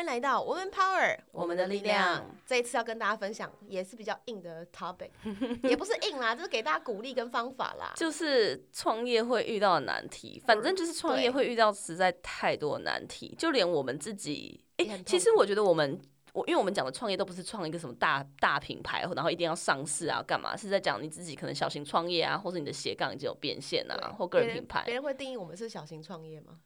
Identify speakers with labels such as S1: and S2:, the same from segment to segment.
S1: 迎来到 Woman Power，
S2: 我们的力量。
S1: 这一次要跟大家分享也是比较硬的 topic，也 不是硬啦，就是给大家鼓励跟方法啦。
S2: 就是创业会遇到的难题，反正就是创业
S1: 嗯对
S2: 会遇到实在太多的难题，就连我们自己，哎、
S1: 也很痛
S2: 其实我觉得我们。我因为我们讲的创业都不是创一个什么大大品牌，然后一定要上市啊，干嘛？是在讲你自己可能小型创业啊，或者你的斜杠已经有变现啊
S1: 对，
S2: 或个人
S1: 别
S2: 品牌。
S1: 别人会定义我们是小型创业吗？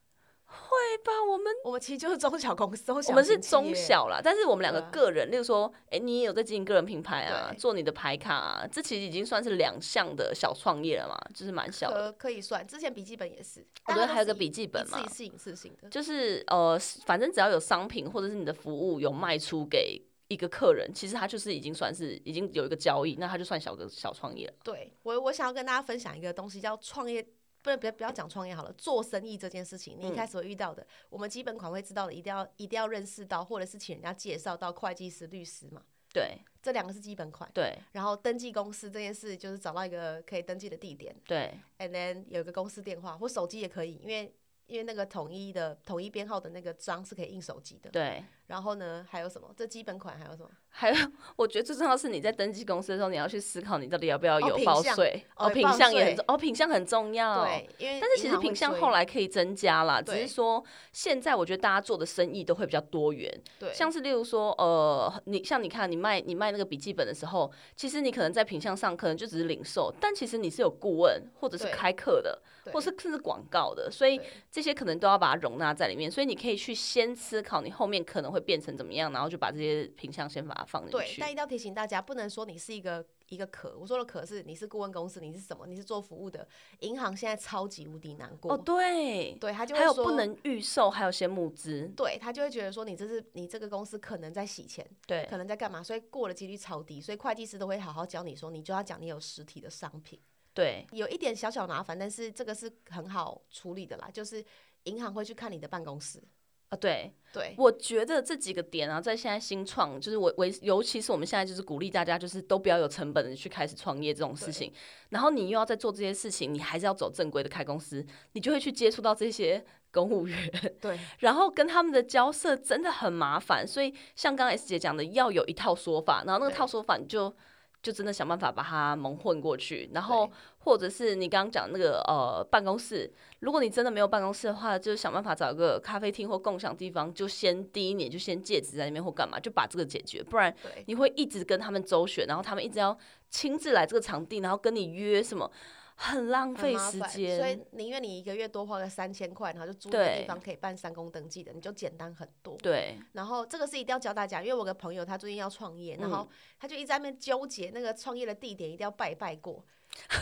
S2: 对吧？我们
S1: 我们其实就是中小公司，中小
S2: 我们是
S1: 型企
S2: 中
S1: 业，
S2: 小啦，但是我们两个
S1: 对啊
S2: 个人，例如说，哎、你也有在经营个人品牌啊，
S1: 对
S2: 做你的牌卡啊，这其实已经算是两项的小创业了嘛，就是蛮小的。
S1: 可呃可以算。之前笔记本也是，
S2: 我
S1: 大
S2: 觉
S1: 家
S2: 得
S1: 都
S2: 还有
S1: 是
S2: 个笔记本嘛
S1: 一，次一次影视型的。
S2: 就是呃，反正只要有商品或者是你的服务有卖出给一个客人，其实他就是已经算是已经有一个交易，那他就算小个小创业了。
S1: 对我，我想要跟大家分享一个东西，叫创业。不能，不要不要讲创业好了，做生意这件事情，你一
S2: 嗯
S1: 开始会遇到的，我们基本款会知道的，一定要一定要认识到，或者是请人家介绍到会计师、律师嘛，
S2: 对
S1: 这两个是基本款。
S2: 对
S1: 然后登记公司这件事，就是找到一个可以登记的地点
S2: 对
S1: ，and then 有一个公司电话或手机也可以，因为因为那个统一的统一编号的那个章是可以印手机的。
S2: 对，
S1: 然后呢，还有什么？这基本款还有什么？
S2: 还有我觉得最重要的是你在登记公司的时候，你要去思考你到底要不要
S1: 哦
S2: 有
S1: 品
S2: 报
S1: 项
S2: 税，
S1: 哦
S2: 品
S1: 报
S2: 项也
S1: 税
S2: 很重哦品项很重要。
S1: 对，因为
S2: 但是其
S1: 银
S2: 实
S1: 行会
S2: 品相
S1: 追
S2: 后来可以增加啦，只
S1: 对
S2: 是说现在我觉得大家做的生意都会比较多元，
S1: 对
S2: 像是例如说，呃，你像你看你卖你卖那个笔记本的时候，其实你可能在品相上可能就只是零售，但其实你是有顾问或者是
S1: 对
S2: 开课的，
S1: 对
S2: 或是甚至广告的，所以
S1: 对
S2: 这些可能都要把它容纳在里面，所以你可以去先思考你后面可能会变成怎么样，然后就把这些品相先把它放进
S1: 对，
S2: 去
S1: 但。一定要提醒大家，不能说你是一个一个壳。我说的壳是你是顾问公司，你是什么？你是做服务的。银行现在超级无敌难过，
S2: 哦，对，
S1: 对他就会
S2: 还有
S1: 说
S2: 不，能预售，还有先募资，
S1: 对他就会觉得说你这是你这个公司可能在洗钱，
S2: 对
S1: 可能在干嘛，所以过的几率超低，所以会计师都会好好教你说，你就要讲你有实体的商品，
S2: 对
S1: 有一点小小麻烦，但是这个是很好处理的啦，就是银行会去看你的办公室，
S2: 啊，对。
S1: 对
S2: 我觉得这几个点啊，在现在新创，就是我我，尤其是我们现在就是鼓励大家，就是都不要有成本的去开始创业这种事情。然后你又要在做这些事情，你还是要走正规的开公司，你就会去接触到这些公务员，
S1: 对
S2: 然后跟他们的交涉真的很麻烦。所以像刚刚 S 姐讲的，要有一套说法，然后那个
S1: 对
S2: 套说法你就。就真的想办法把它蒙混过去，然后或者是你刚刚讲那个呃办公室，如果你真的没有办公室的话，就想办法找一个咖啡厅或共享地方，就先第一年就先戒指在那边或干嘛，就把这个解决，不然
S1: 对
S2: 你会一直跟他们周旋，然后他们一直要亲自来这个场地，然后跟你约什么，很浪
S1: 很
S2: 费
S1: 麻
S2: 时
S1: 烦，所
S2: 间
S1: 以。宁愿你一个月多花个三千块，然后就租一个
S2: 对
S1: 地方可以办三公登记的，你就简单很多。
S2: 对
S1: 然后这个是一定要教大家，因为我有个朋友他最近要创业，然
S2: 嗯
S1: 后他就一直在那边纠结那个创业的地点一定要拜拜过。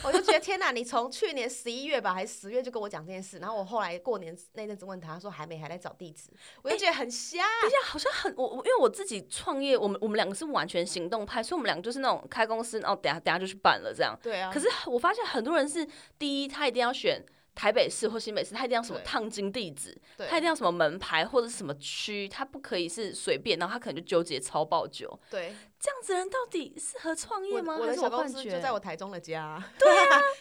S1: 我就觉得天哪！你从去年十一月吧，还是十月就跟我讲这件事，然后我后来过年那阵子问他，他说还没，还在找地址，我
S2: 哎
S1: 就觉得很瞎。
S2: 啊好像很我我因为我自己创业，我们我们两个是完全行动派，所以我们两个就是那种开公司，然后等下等下就去办了这样。
S1: 对啊，
S2: 可是我发现很多人是第一，他一定要选台北市或新北市，他一定要什么
S1: 对
S2: 烫金地址，
S1: 对
S2: 他一定要什么门牌或者是什么区，他不可以是随便，然后他可能就纠结超爆久。
S1: 对，
S2: 这样子的人到底适合创业
S1: 我
S2: 吗？
S1: 我
S2: 还
S1: 的
S2: 是
S1: 小公
S2: 幻
S1: 司
S2: 觉？
S1: 就在我台中的家啊、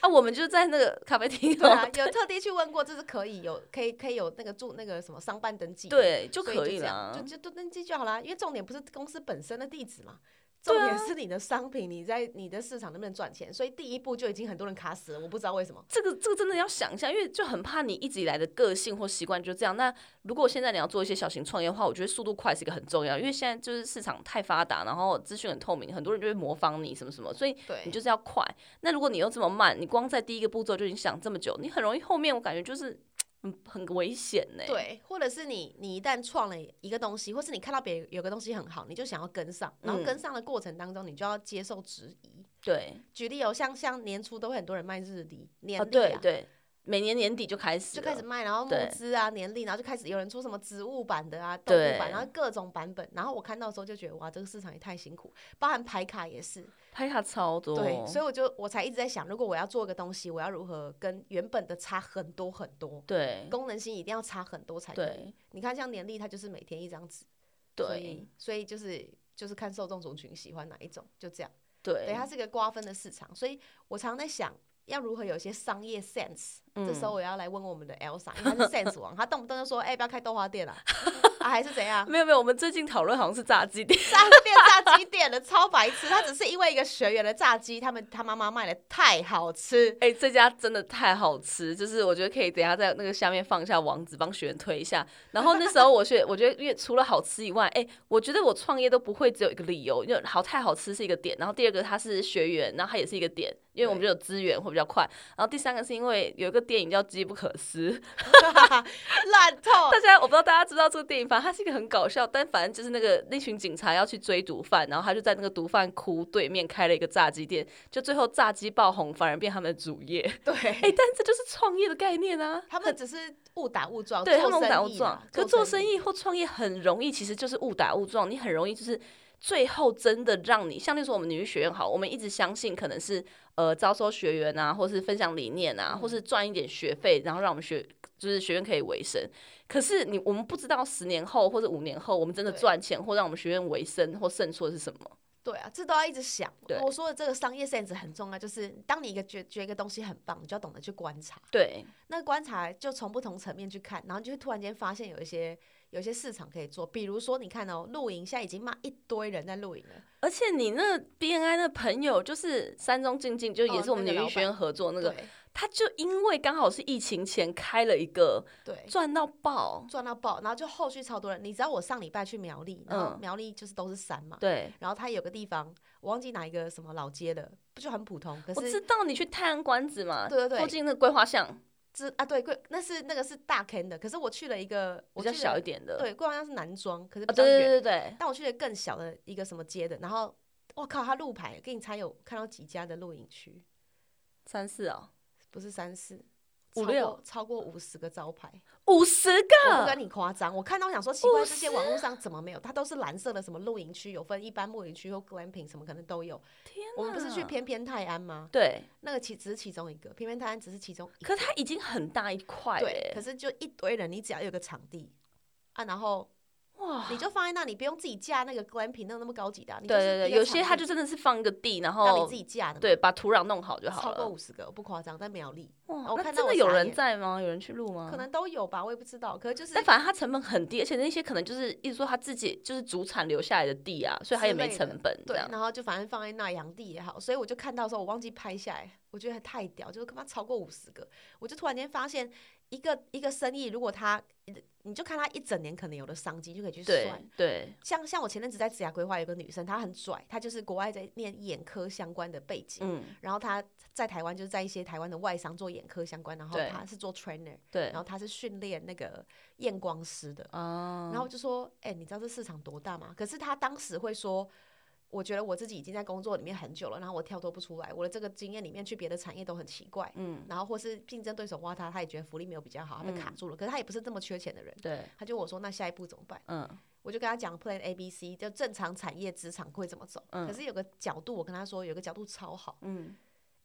S2: 啊，我们就在那个咖啡 厅
S1: 对
S2: 哦、
S1: 啊，有特地去问过，这是可以有可以可以有那个住那个什么商办登记的，
S2: 对，就
S1: 所
S2: 可
S1: 以
S2: 以
S1: 这样
S2: 了
S1: 就。就都登记就好啦。因为重点不是公司本身的地址嘛，重
S2: 啊
S1: 点是你的商品，你在你的市场能不能赚钱。所以第一步就已经很多人卡死了，我不知道为什么。
S2: 这个这个真的要想一下，因为就很怕你一直以来的个性或习惯就这样。那如果现在你要做一些小型创业的话，我觉得速度快是一个很重要，因为现在就是市场太发达，然后资讯很透明，很多人就会模仿你什么什么，所以
S1: 对
S2: 你就是要快。那如果你又这么慢，你光在第一个步骤就已经想这么久，你很容易后面我感觉就是很很危险呢、，
S1: 对，或者是你你一旦创了一个东西，或是你看到别人有个东西很好，你就想要跟上，然后
S2: 嗯
S1: 跟上的过程当中，你就要接受质疑。
S2: 对
S1: 举例有像像年初都会很多人卖日历、年
S2: 啊，
S1: 历啊
S2: 对对，每年年底就开始
S1: 就
S2: 了，
S1: 开始卖，然后募
S2: 对
S1: 资啊、年历，然后就开始有人出什么植物版的啊、动物
S2: 对
S1: 版，然后各种版本。然后我看到的时候就觉得，哇，这个市场也太辛苦，包含牌卡也是。
S2: 拍卡超多，
S1: 对，所以我就我才一直在想，如果我要做个东西，我要如何跟原本的差很多很多，
S2: 对
S1: 功能性一定要差很多才可以。
S2: 对
S1: 你看，像年历，它就是每天一张纸，所
S2: 对
S1: 以所以就是就是看受众族群喜欢哪一种，就这样。对，
S2: 对
S1: 它是一个瓜分的市场，所以我常在想。要如何有一些商业
S2: 嗯
S1: sense？、这时候我要来问我们的 Elsa，因为她是 sense 王，她动不动就说：“哎、不要开豆花店啦、啊还是怎 样？
S2: 没有没有，我们最近讨论好像是炸鸡店，
S1: 炸变炸鸡店了，超白痴。他只是因为一个学员的炸鸡，他们他妈妈卖的太好吃，
S2: 哎、这家真的太好吃，就是我觉得可以等一下在那个下面放一下网址，帮学员推一下。然后那时候我学，我觉得因为除了好吃以外，哎、我觉得我创业都不会只有一个理由，因为好太好吃是一个点，然后第二个它是学员，然后它也是一个点，因为我们就有资源会比较快。然后第三个是因为有一个电影叫《机不可失》，
S1: 烂透。
S2: 大家我不知道大家知不知道这个电影，反正它是一个很搞笑，但反正就是那个那群警察要去追毒贩，然后他就在那个毒贩窟对面开了一个炸鸡店，就最后炸鸡爆红，反而变他们的主业。哎、
S1: 对，
S2: 但这就是创业的概念啊。
S1: 他们只是误打误撞，
S2: 对
S1: 做
S2: 他们误打
S1: 生
S2: 误
S1: 意
S2: 撞
S1: 啦，
S2: 可做生意或创业很容易，其实就是误打误撞，你很容易就是最后真的让你，像例如说我们女学院好，我们一直相信可能是呃招收学员啊，或是分享理念啊，或是
S1: 嗯
S2: 赚一点学费，然后让我们学就是学院可以维生。可是你我们不知道十年后或者五年后，我们真的
S1: 对
S2: 赚钱或让我们学院维生或胜出的是什么？
S1: 对啊，这都要一直想
S2: 对。
S1: 我说的这个商业 sense 很重要，就是当你一个觉觉得一个东西很棒，你就要懂得去观察。
S2: 对，
S1: 那观察就从不同层面去看，然后你就会突然间发现有一些有一些市场可以做，比如说你看哦，露营现在已经骂一堆人在露营了，
S2: 而且你那 BNI 那朋友就是山中静静，就也
S1: 哦
S2: 是我们
S1: 那
S2: 女
S1: 个
S2: 医
S1: 老
S2: 学院
S1: 板
S2: 合作那个，
S1: 对
S2: 他就因为刚好是疫情前开了一个
S1: 对，
S2: 赚到爆，
S1: 赚到爆，然后就后续超多人。你知道我上礼拜去苗栗，然后
S2: 嗯
S1: 苗栗就是都是山嘛，
S2: 对。
S1: 然后它有个地方我忘记哪一个什么老街了，不就很普通，可
S2: 我知
S1: 是
S2: 道你去泰安关子嘛，
S1: 对对对
S2: 附近那个桂花巷
S1: 这啊对，贵那是那个是大坑的，可是我去了一个
S2: 比
S1: 我
S2: 较
S1: 去
S2: 小
S1: 了
S2: 一点的，
S1: 对，贵阳是男装，可是
S2: 啊，
S1: 比较
S2: 对
S1: 远。
S2: 对对对
S1: 但我去了更小的一个什么街的，然后我靠，它路牌给你猜有看到几家的露营区？
S2: 三四哦，
S1: 不是三四，
S2: 五
S1: 超过
S2: 六
S1: 超过五十个招牌，
S2: 五十
S1: 我不
S2: 个，
S1: 跟你夸张，我看到想说奇怪，
S2: 50
S1: 这些网络上怎么没有？它都是蓝色的什么露营区，有分一般露营区或 glamping 什么可能都有。
S2: 天
S1: 我
S2: 哪，
S1: 们不是去偏偏泰安吗？
S2: 对，
S1: 那个其只是其中一个，偏偏泰安只是其中一
S2: 可
S1: 个。
S2: 它已经很大一块
S1: 对，可
S2: 欸，
S1: 是就一堆人，你只要有个场地啊，然后
S2: 哇，
S1: 你就放在那里，不用自己架那个 glamping 那个那么高级的啊、你
S2: 对
S1: 就是
S2: 对对，
S1: 一个
S2: 有些
S1: 场
S2: 它
S1: 地
S2: 就真的是放一个地，然
S1: 让你
S2: 后
S1: 自己架的嘛，
S2: 对把土壤弄好就好
S1: 超过
S2: 了，
S1: 五十个，我不夸张，在苗栗
S2: 哇
S1: 我，
S2: 那
S1: 看到
S2: 真的
S1: 我
S2: 有
S1: 傻
S2: 人
S1: 眼
S2: 在吗？有人去录吗？
S1: 可能都有吧，我也不知道。可是就是
S2: 嗯但反正它成本很低，而且那些可能就是一直说他自己就是主产留下来的地啊，所以他也没
S1: 之类的
S2: 成本这
S1: 对，
S2: 样。
S1: 然后就反正放在那养地也好，所以我就看到的时候，我忘记拍下来，我觉得太屌，就是他妈超过五十个，我就突然间发现一个一个生意，如果他你就看他一整年可能有的商机，就可以去
S2: 对
S1: 算。
S2: 对，
S1: 像像我前阵子在职涯规划有个女生，她很拽，她就是国外在念眼科相关的背景，
S2: 嗯，
S1: 然后她在台湾就是在一些台湾的外商做眼科相关，然后
S2: 对
S1: 她是做 trainer，
S2: 对
S1: 然后她是训练那个验光师的，
S2: 啊，
S1: 然后我就说，哎、你知道这市场多大吗？可是他当时会说，我觉得我自己已经在工作里面很久了，然后我跳脱不出来，我的这个经验里面去别的产业都很奇怪，
S2: 嗯，
S1: 然后或是竞争对手挖他，他也觉得福利没有比较好，他被卡住了。可是他也不是这么缺钱的人，
S2: 对，
S1: 他就问我说，那下一步怎么办？
S2: 嗯，
S1: 我就跟他讲 Plan A B C，就正常产业职场会怎么走。
S2: 嗯
S1: 可是有个角度，我跟他说有个角度超好，
S2: 嗯，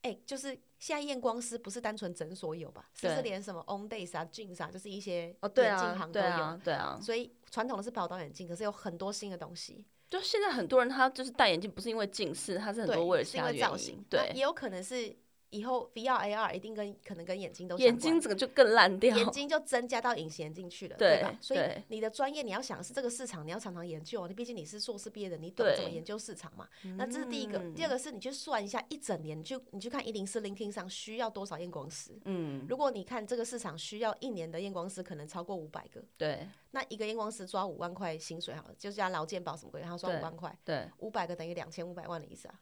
S1: 哎、就是现在验光师不是单纯诊所有吧？是不是
S2: 对
S1: 连什么 On Days 啊、Jeans 啊，就是一些
S2: 哦，对
S1: 眼镜
S2: 啊
S1: 行，都
S2: 对
S1: 有。
S2: 啊，对啊，
S1: 所以传统的是宝岛眼镜，可是有很多新的东西，
S2: 就现在很多人他就是戴眼镜，不是因为近视，他是很多
S1: 对
S2: 为了
S1: 是
S2: 其
S1: 因
S2: 他
S1: 为
S2: 原
S1: 造
S2: 因
S1: 型，那
S2: 对，
S1: 也有可能是以后 VR AR 一定跟可能跟眼睛都相
S2: 眼
S1: 关
S2: 睛整个就更烂掉，
S1: 眼睛就增加到隐形眼镜去了，
S2: 对
S1: 吧？所以
S2: 对
S1: 你的专业你要想是这个市场，你要常常研究，你毕竟你是硕士毕业的，你懂
S2: 对嗯
S1: 怎么研究市场嘛？那这是第一个，第二个是你去算一下一整年，你去你去看一零四 LinkedIn 上需要多少验光师。
S2: 嗯，
S1: 如果你看这个市场需要一年的验光师，可能超过五百个，
S2: 对
S1: 那一个验光师抓五万块薪水好了，就加劳健保什么鬼，然后抓
S2: 对
S1: 五万块，
S2: 对，
S1: 五百个等于两千五百万的意思啊。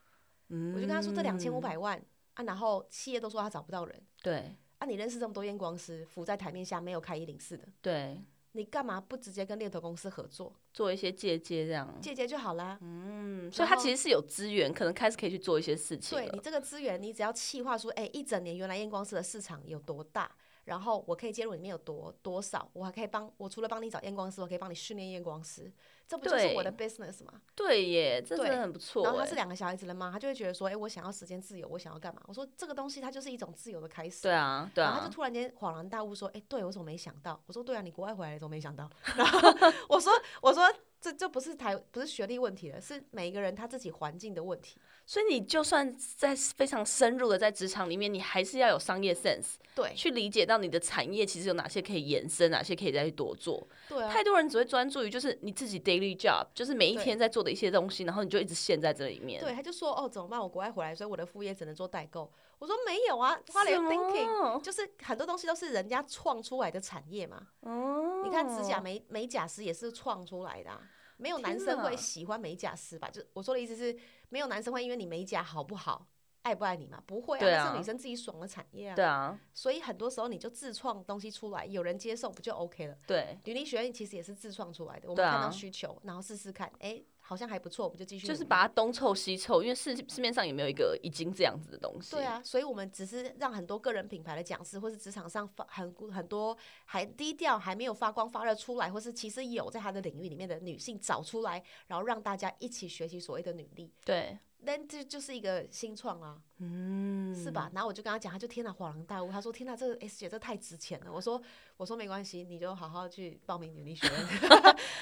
S2: 嗯，
S1: 我就跟他说这两千五，百万啊，然后企业都说他找不到人
S2: 嗯对
S1: 啊，你认识这么多验光师，浮在台面下没有开一零四的，
S2: 对，
S1: 你干嘛不直接跟猎头公司合作，
S2: 做一些借鉴这样，
S1: 借接就好啦？
S2: 嗯，所以他
S1: 然后
S2: 其实是有资源，可能开始可以去做一些事情
S1: 对
S2: 了，
S1: 你这个资源，你只要企划出，哎、一整年原来验光师的市场有多大，然后我可以介入里面有多多少，我还可以帮我除了帮你找验光师，我可以帮你训练验光师，这不就是
S2: 对
S1: 我的 business 吗？
S2: 对耶，这真
S1: 对
S2: 的很不错
S1: 然后他
S2: 哎
S1: 是两个小孩子的妈，他就会觉得说，哎、我想要时间自由，我想要干嘛？我说这个东西它就是一种自由的开始，
S2: 对啊，对
S1: 然后他
S2: 啊
S1: 就，突然间恍然 大悟说：“哎、对我怎么没想到？”我说：“对啊，你国外回来的时候没想到。”然后我说：“我说这就不是台不是学历问题了，是每一个人他自己环境的问题。
S2: 所以你就算在非常深入的在职场里面，你还是要有商业 sense，
S1: 对
S2: 去理解到你的产业其实有哪些可以延伸，哪些可以再去多做。
S1: 对啊，
S2: 太多人只会专注于就是你自己 daily job，就是每一
S1: 对
S2: 天在做的一些东西，然后你就一直陷在这里面。
S1: 对，他就说哦怎么办？我国外回来，所以我的副业只能做代购。我说没有啊
S2: 什么，
S1: 花莲 thinking 就是很多东西都是人家创出来的产业嘛。
S2: 哦，
S1: 你看指甲美美甲师也是创出来的、啊，没有男
S2: 天
S1: 生会
S2: 哪
S1: 喜欢美甲师吧？就我说的意思是，没有男生会因为你美甲好不好、爱不爱你嘛？不会啊，
S2: 对
S1: 那
S2: 啊
S1: 是女生自己爽的产业啊。
S2: 对啊，
S1: 所以很多时候你就自创东西出来，有人接受不就 OK 了？
S2: 对，
S1: 履历学院其实也是自创出来的，我
S2: 对
S1: 们
S2: 啊
S1: 看到需求，然后试试看，哎、好像还不错，我们就继续努
S2: 就
S1: 力。
S2: 是把它东凑西凑，因为市市面上也没有一个已经这样子的东西。
S1: 对，啊，所以我们只是让很多个人品牌的讲师，或是职场上发很很多还低调、还没有发光发热出来，或是其实有在他的领域里面的女性找出来，然后让大家一起学习所谓的女力，
S2: 对，
S1: 那这就是一个新创啊，
S2: 嗯，
S1: 是吧？？然后我就跟他讲，他就天哪恍然大悟，他说天哪，这个 S 姐这太值钱了。我说我说没关系，你就好好去报名女力学院，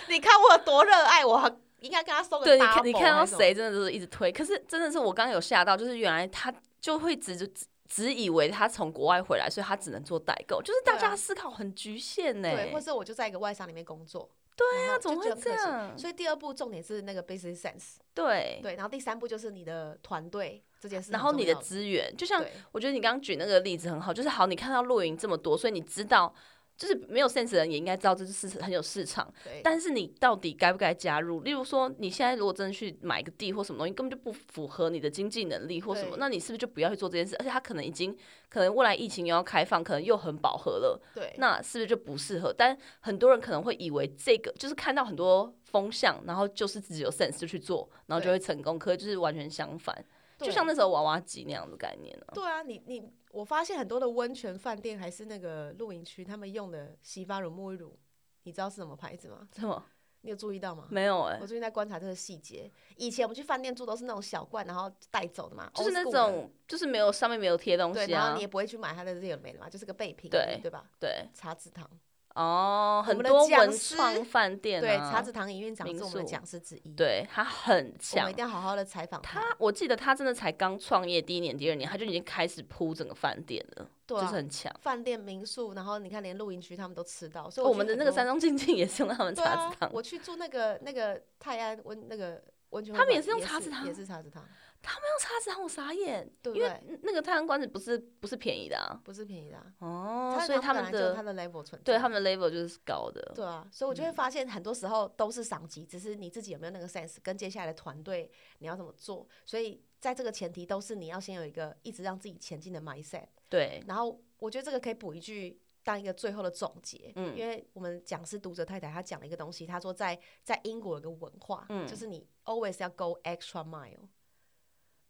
S1: 你看我有多热爱，我应该跟他收个
S2: 对，你看
S1: double
S2: 你看到
S1: 那种
S2: 谁真的就是一直推，可是真的是我刚刚有吓到，就是原来他就会只只只以为他从国外回来，所以他只能做代购，就是大
S1: 对啊
S2: 家思考很局限呢、
S1: 对，或是我就在一个外商里面工作。
S2: 对
S1: 然
S2: 啊，
S1: 后
S2: 怎么
S1: 就
S2: 会
S1: 很
S2: 这
S1: 可惜
S2: 样？
S1: 所以第二步重点是那个 business sense，
S2: 对，
S1: 对，然后第三步就是你的团队这件事很
S2: 然
S1: 重要，
S2: 后你的资源，就像
S1: 对
S2: 我觉得你刚刚举那个例子很好，就是好，你看到露营这么多，所以你知道，就是没有 sense 的人也应该知道这是很有市场，
S1: 对
S2: 但是你到底该不该加入？例如说，你现在如果真的去买个地或什么东西，根本就不符合你的经济能力或什么，
S1: 对
S2: 那你是不是就不要去做这件事？而且它可能已经，可能未来疫情又要开放，可能又很饱和了，
S1: 对
S2: 那是不是就不适合？但很多人可能会以为这个就是看到很多风向，然后就是自己有 sense 就去做，然后就
S1: 对
S2: 会成功，可是就是完全相反，就
S1: 对
S2: 像那时候娃娃机那样的概念、啊、
S1: 对啊，你你我发现很多的温泉饭店还是那个露营区，他们用的洗发乳、沐浴乳，你知道是什么牌子吗？
S2: 什么
S1: 你有注意到吗？
S2: 没有哎、
S1: 我最近在观察这个细节。以前我们去饭店住都是那种小罐，然后带走的嘛，
S2: 就是
S1: old
S2: 那
S1: school 的
S2: 种就是没有上面没有贴东
S1: 对，
S2: 西
S1: 然后
S2: 啊
S1: 你也，不会去买它的这个没的嘛，就是个备品，
S2: 对
S1: 对吧？
S2: 对
S1: 茶籽糖，
S2: 哦，
S1: 我
S2: 很
S1: 们的
S2: 多
S1: 讲
S2: 文
S1: 师
S2: 创饭店、啊、
S1: 对，茶籽糖营运长
S2: 民
S1: 是我们的
S2: 宿
S1: 讲师之一，，
S2: 对他很
S1: 我们
S2: 强
S1: 一。定要好好的采访他，
S2: 他我记得他真的才刚创业第一年、第二年，他就已经开始铺整个饭店了，
S1: 对
S2: 就
S1: 啊
S2: 是很强。
S1: 饭店、民宿，然后你看连露营区他们都吃到，所以
S2: 哦我
S1: 去
S2: 们的
S1: 很
S2: 那个
S1: 多
S2: 山东静静也是用他们
S1: 对
S2: 茶
S1: 啊
S2: 籽，糖，
S1: 我去住那个那个泰安温那个温泉会馆，
S2: 他们也是用茶籽
S1: 也
S2: 糖
S1: 是茶籽糖，
S2: 他们用茶籽糖，我傻眼，
S1: 对不
S2: 因为
S1: 对？
S2: 那个太阳馆子不是不是便宜的啊，
S1: 不是便宜的啊，
S2: 哦
S1: 茶，籽
S2: 所以
S1: 糖
S2: 他
S1: 本
S2: 们
S1: 来就有
S2: 的
S1: 它的 level 存在，
S2: 对他们嗯的 level 就是高的，
S1: 对啊，所以我就会发现很多时候都是赏级，只是你自己有没有那个 sense，跟接下来的团队你要怎么做，所以在这个前提都是你要先有一个一直让自己前进的 mindset，
S2: 对
S1: 然后我觉得这个可以补一句。当一个最后的总结，
S2: 嗯
S1: 因为我们讲师读者太太她讲了一个东西，她说在在英国有个文化，
S2: 嗯
S1: 就是你 always 要 go extra mile，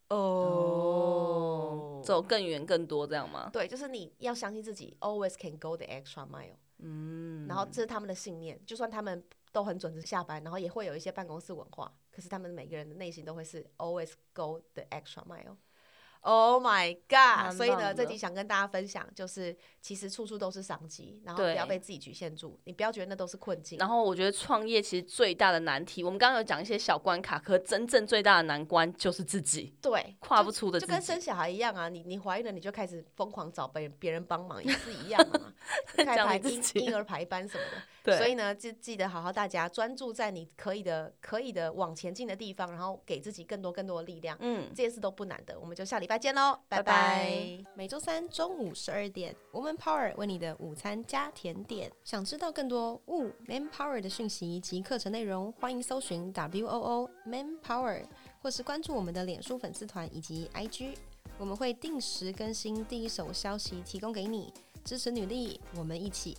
S2: 哦，走更远更多这样吗？
S1: 对，就是你要相信自己，always can go the extra mile。
S2: 嗯，
S1: 然后这是他们的信念，就算他们都很准时下班，然后也会有一些办公室文化，可是他们每个人的内心都会是 always go the extra mile。Oh my
S2: 蛮
S1: god！所以
S2: 棒
S1: 呢，这
S2: 的
S1: 集想跟大家分享，就是其实处处都是商机，然后不
S2: 对
S1: 要被自己局限住，你不要觉得那都是困境。
S2: 然后我觉得创业其实最大的难题，我们刚刚有讲一些小关卡，可真正最大的难关就是自己
S1: 对，
S2: 跨
S1: 就
S2: 不出的
S1: 就
S2: 自
S1: 跟
S2: 己
S1: 生。小孩一样啊，你你怀孕了，你就开始疯狂找别人别人帮忙，也是一样的 嘛，开
S2: 讲
S1: 排
S2: 你自
S1: 婴
S2: 己
S1: 婴儿排班什么的。
S2: 对，
S1: 所以呢，记记得好好大家专注在你可以的、可以的往前进的地方，然后给自己更多更多的力量。
S2: 嗯，
S1: 这些事都不难的，我们就下礼拜见喽，
S2: 拜
S1: 拜
S2: 拜
S1: 拜
S3: 每周三中午十二点，Woman Power 为你的午餐加甜点。想知道更多 Wo Man Power 的讯息及课程内容，欢迎搜寻 W O O Man Power，或是关注我们的脸书粉丝团以及 IG，我们会定时更新第一手消息，提供给你支持女力，我们一起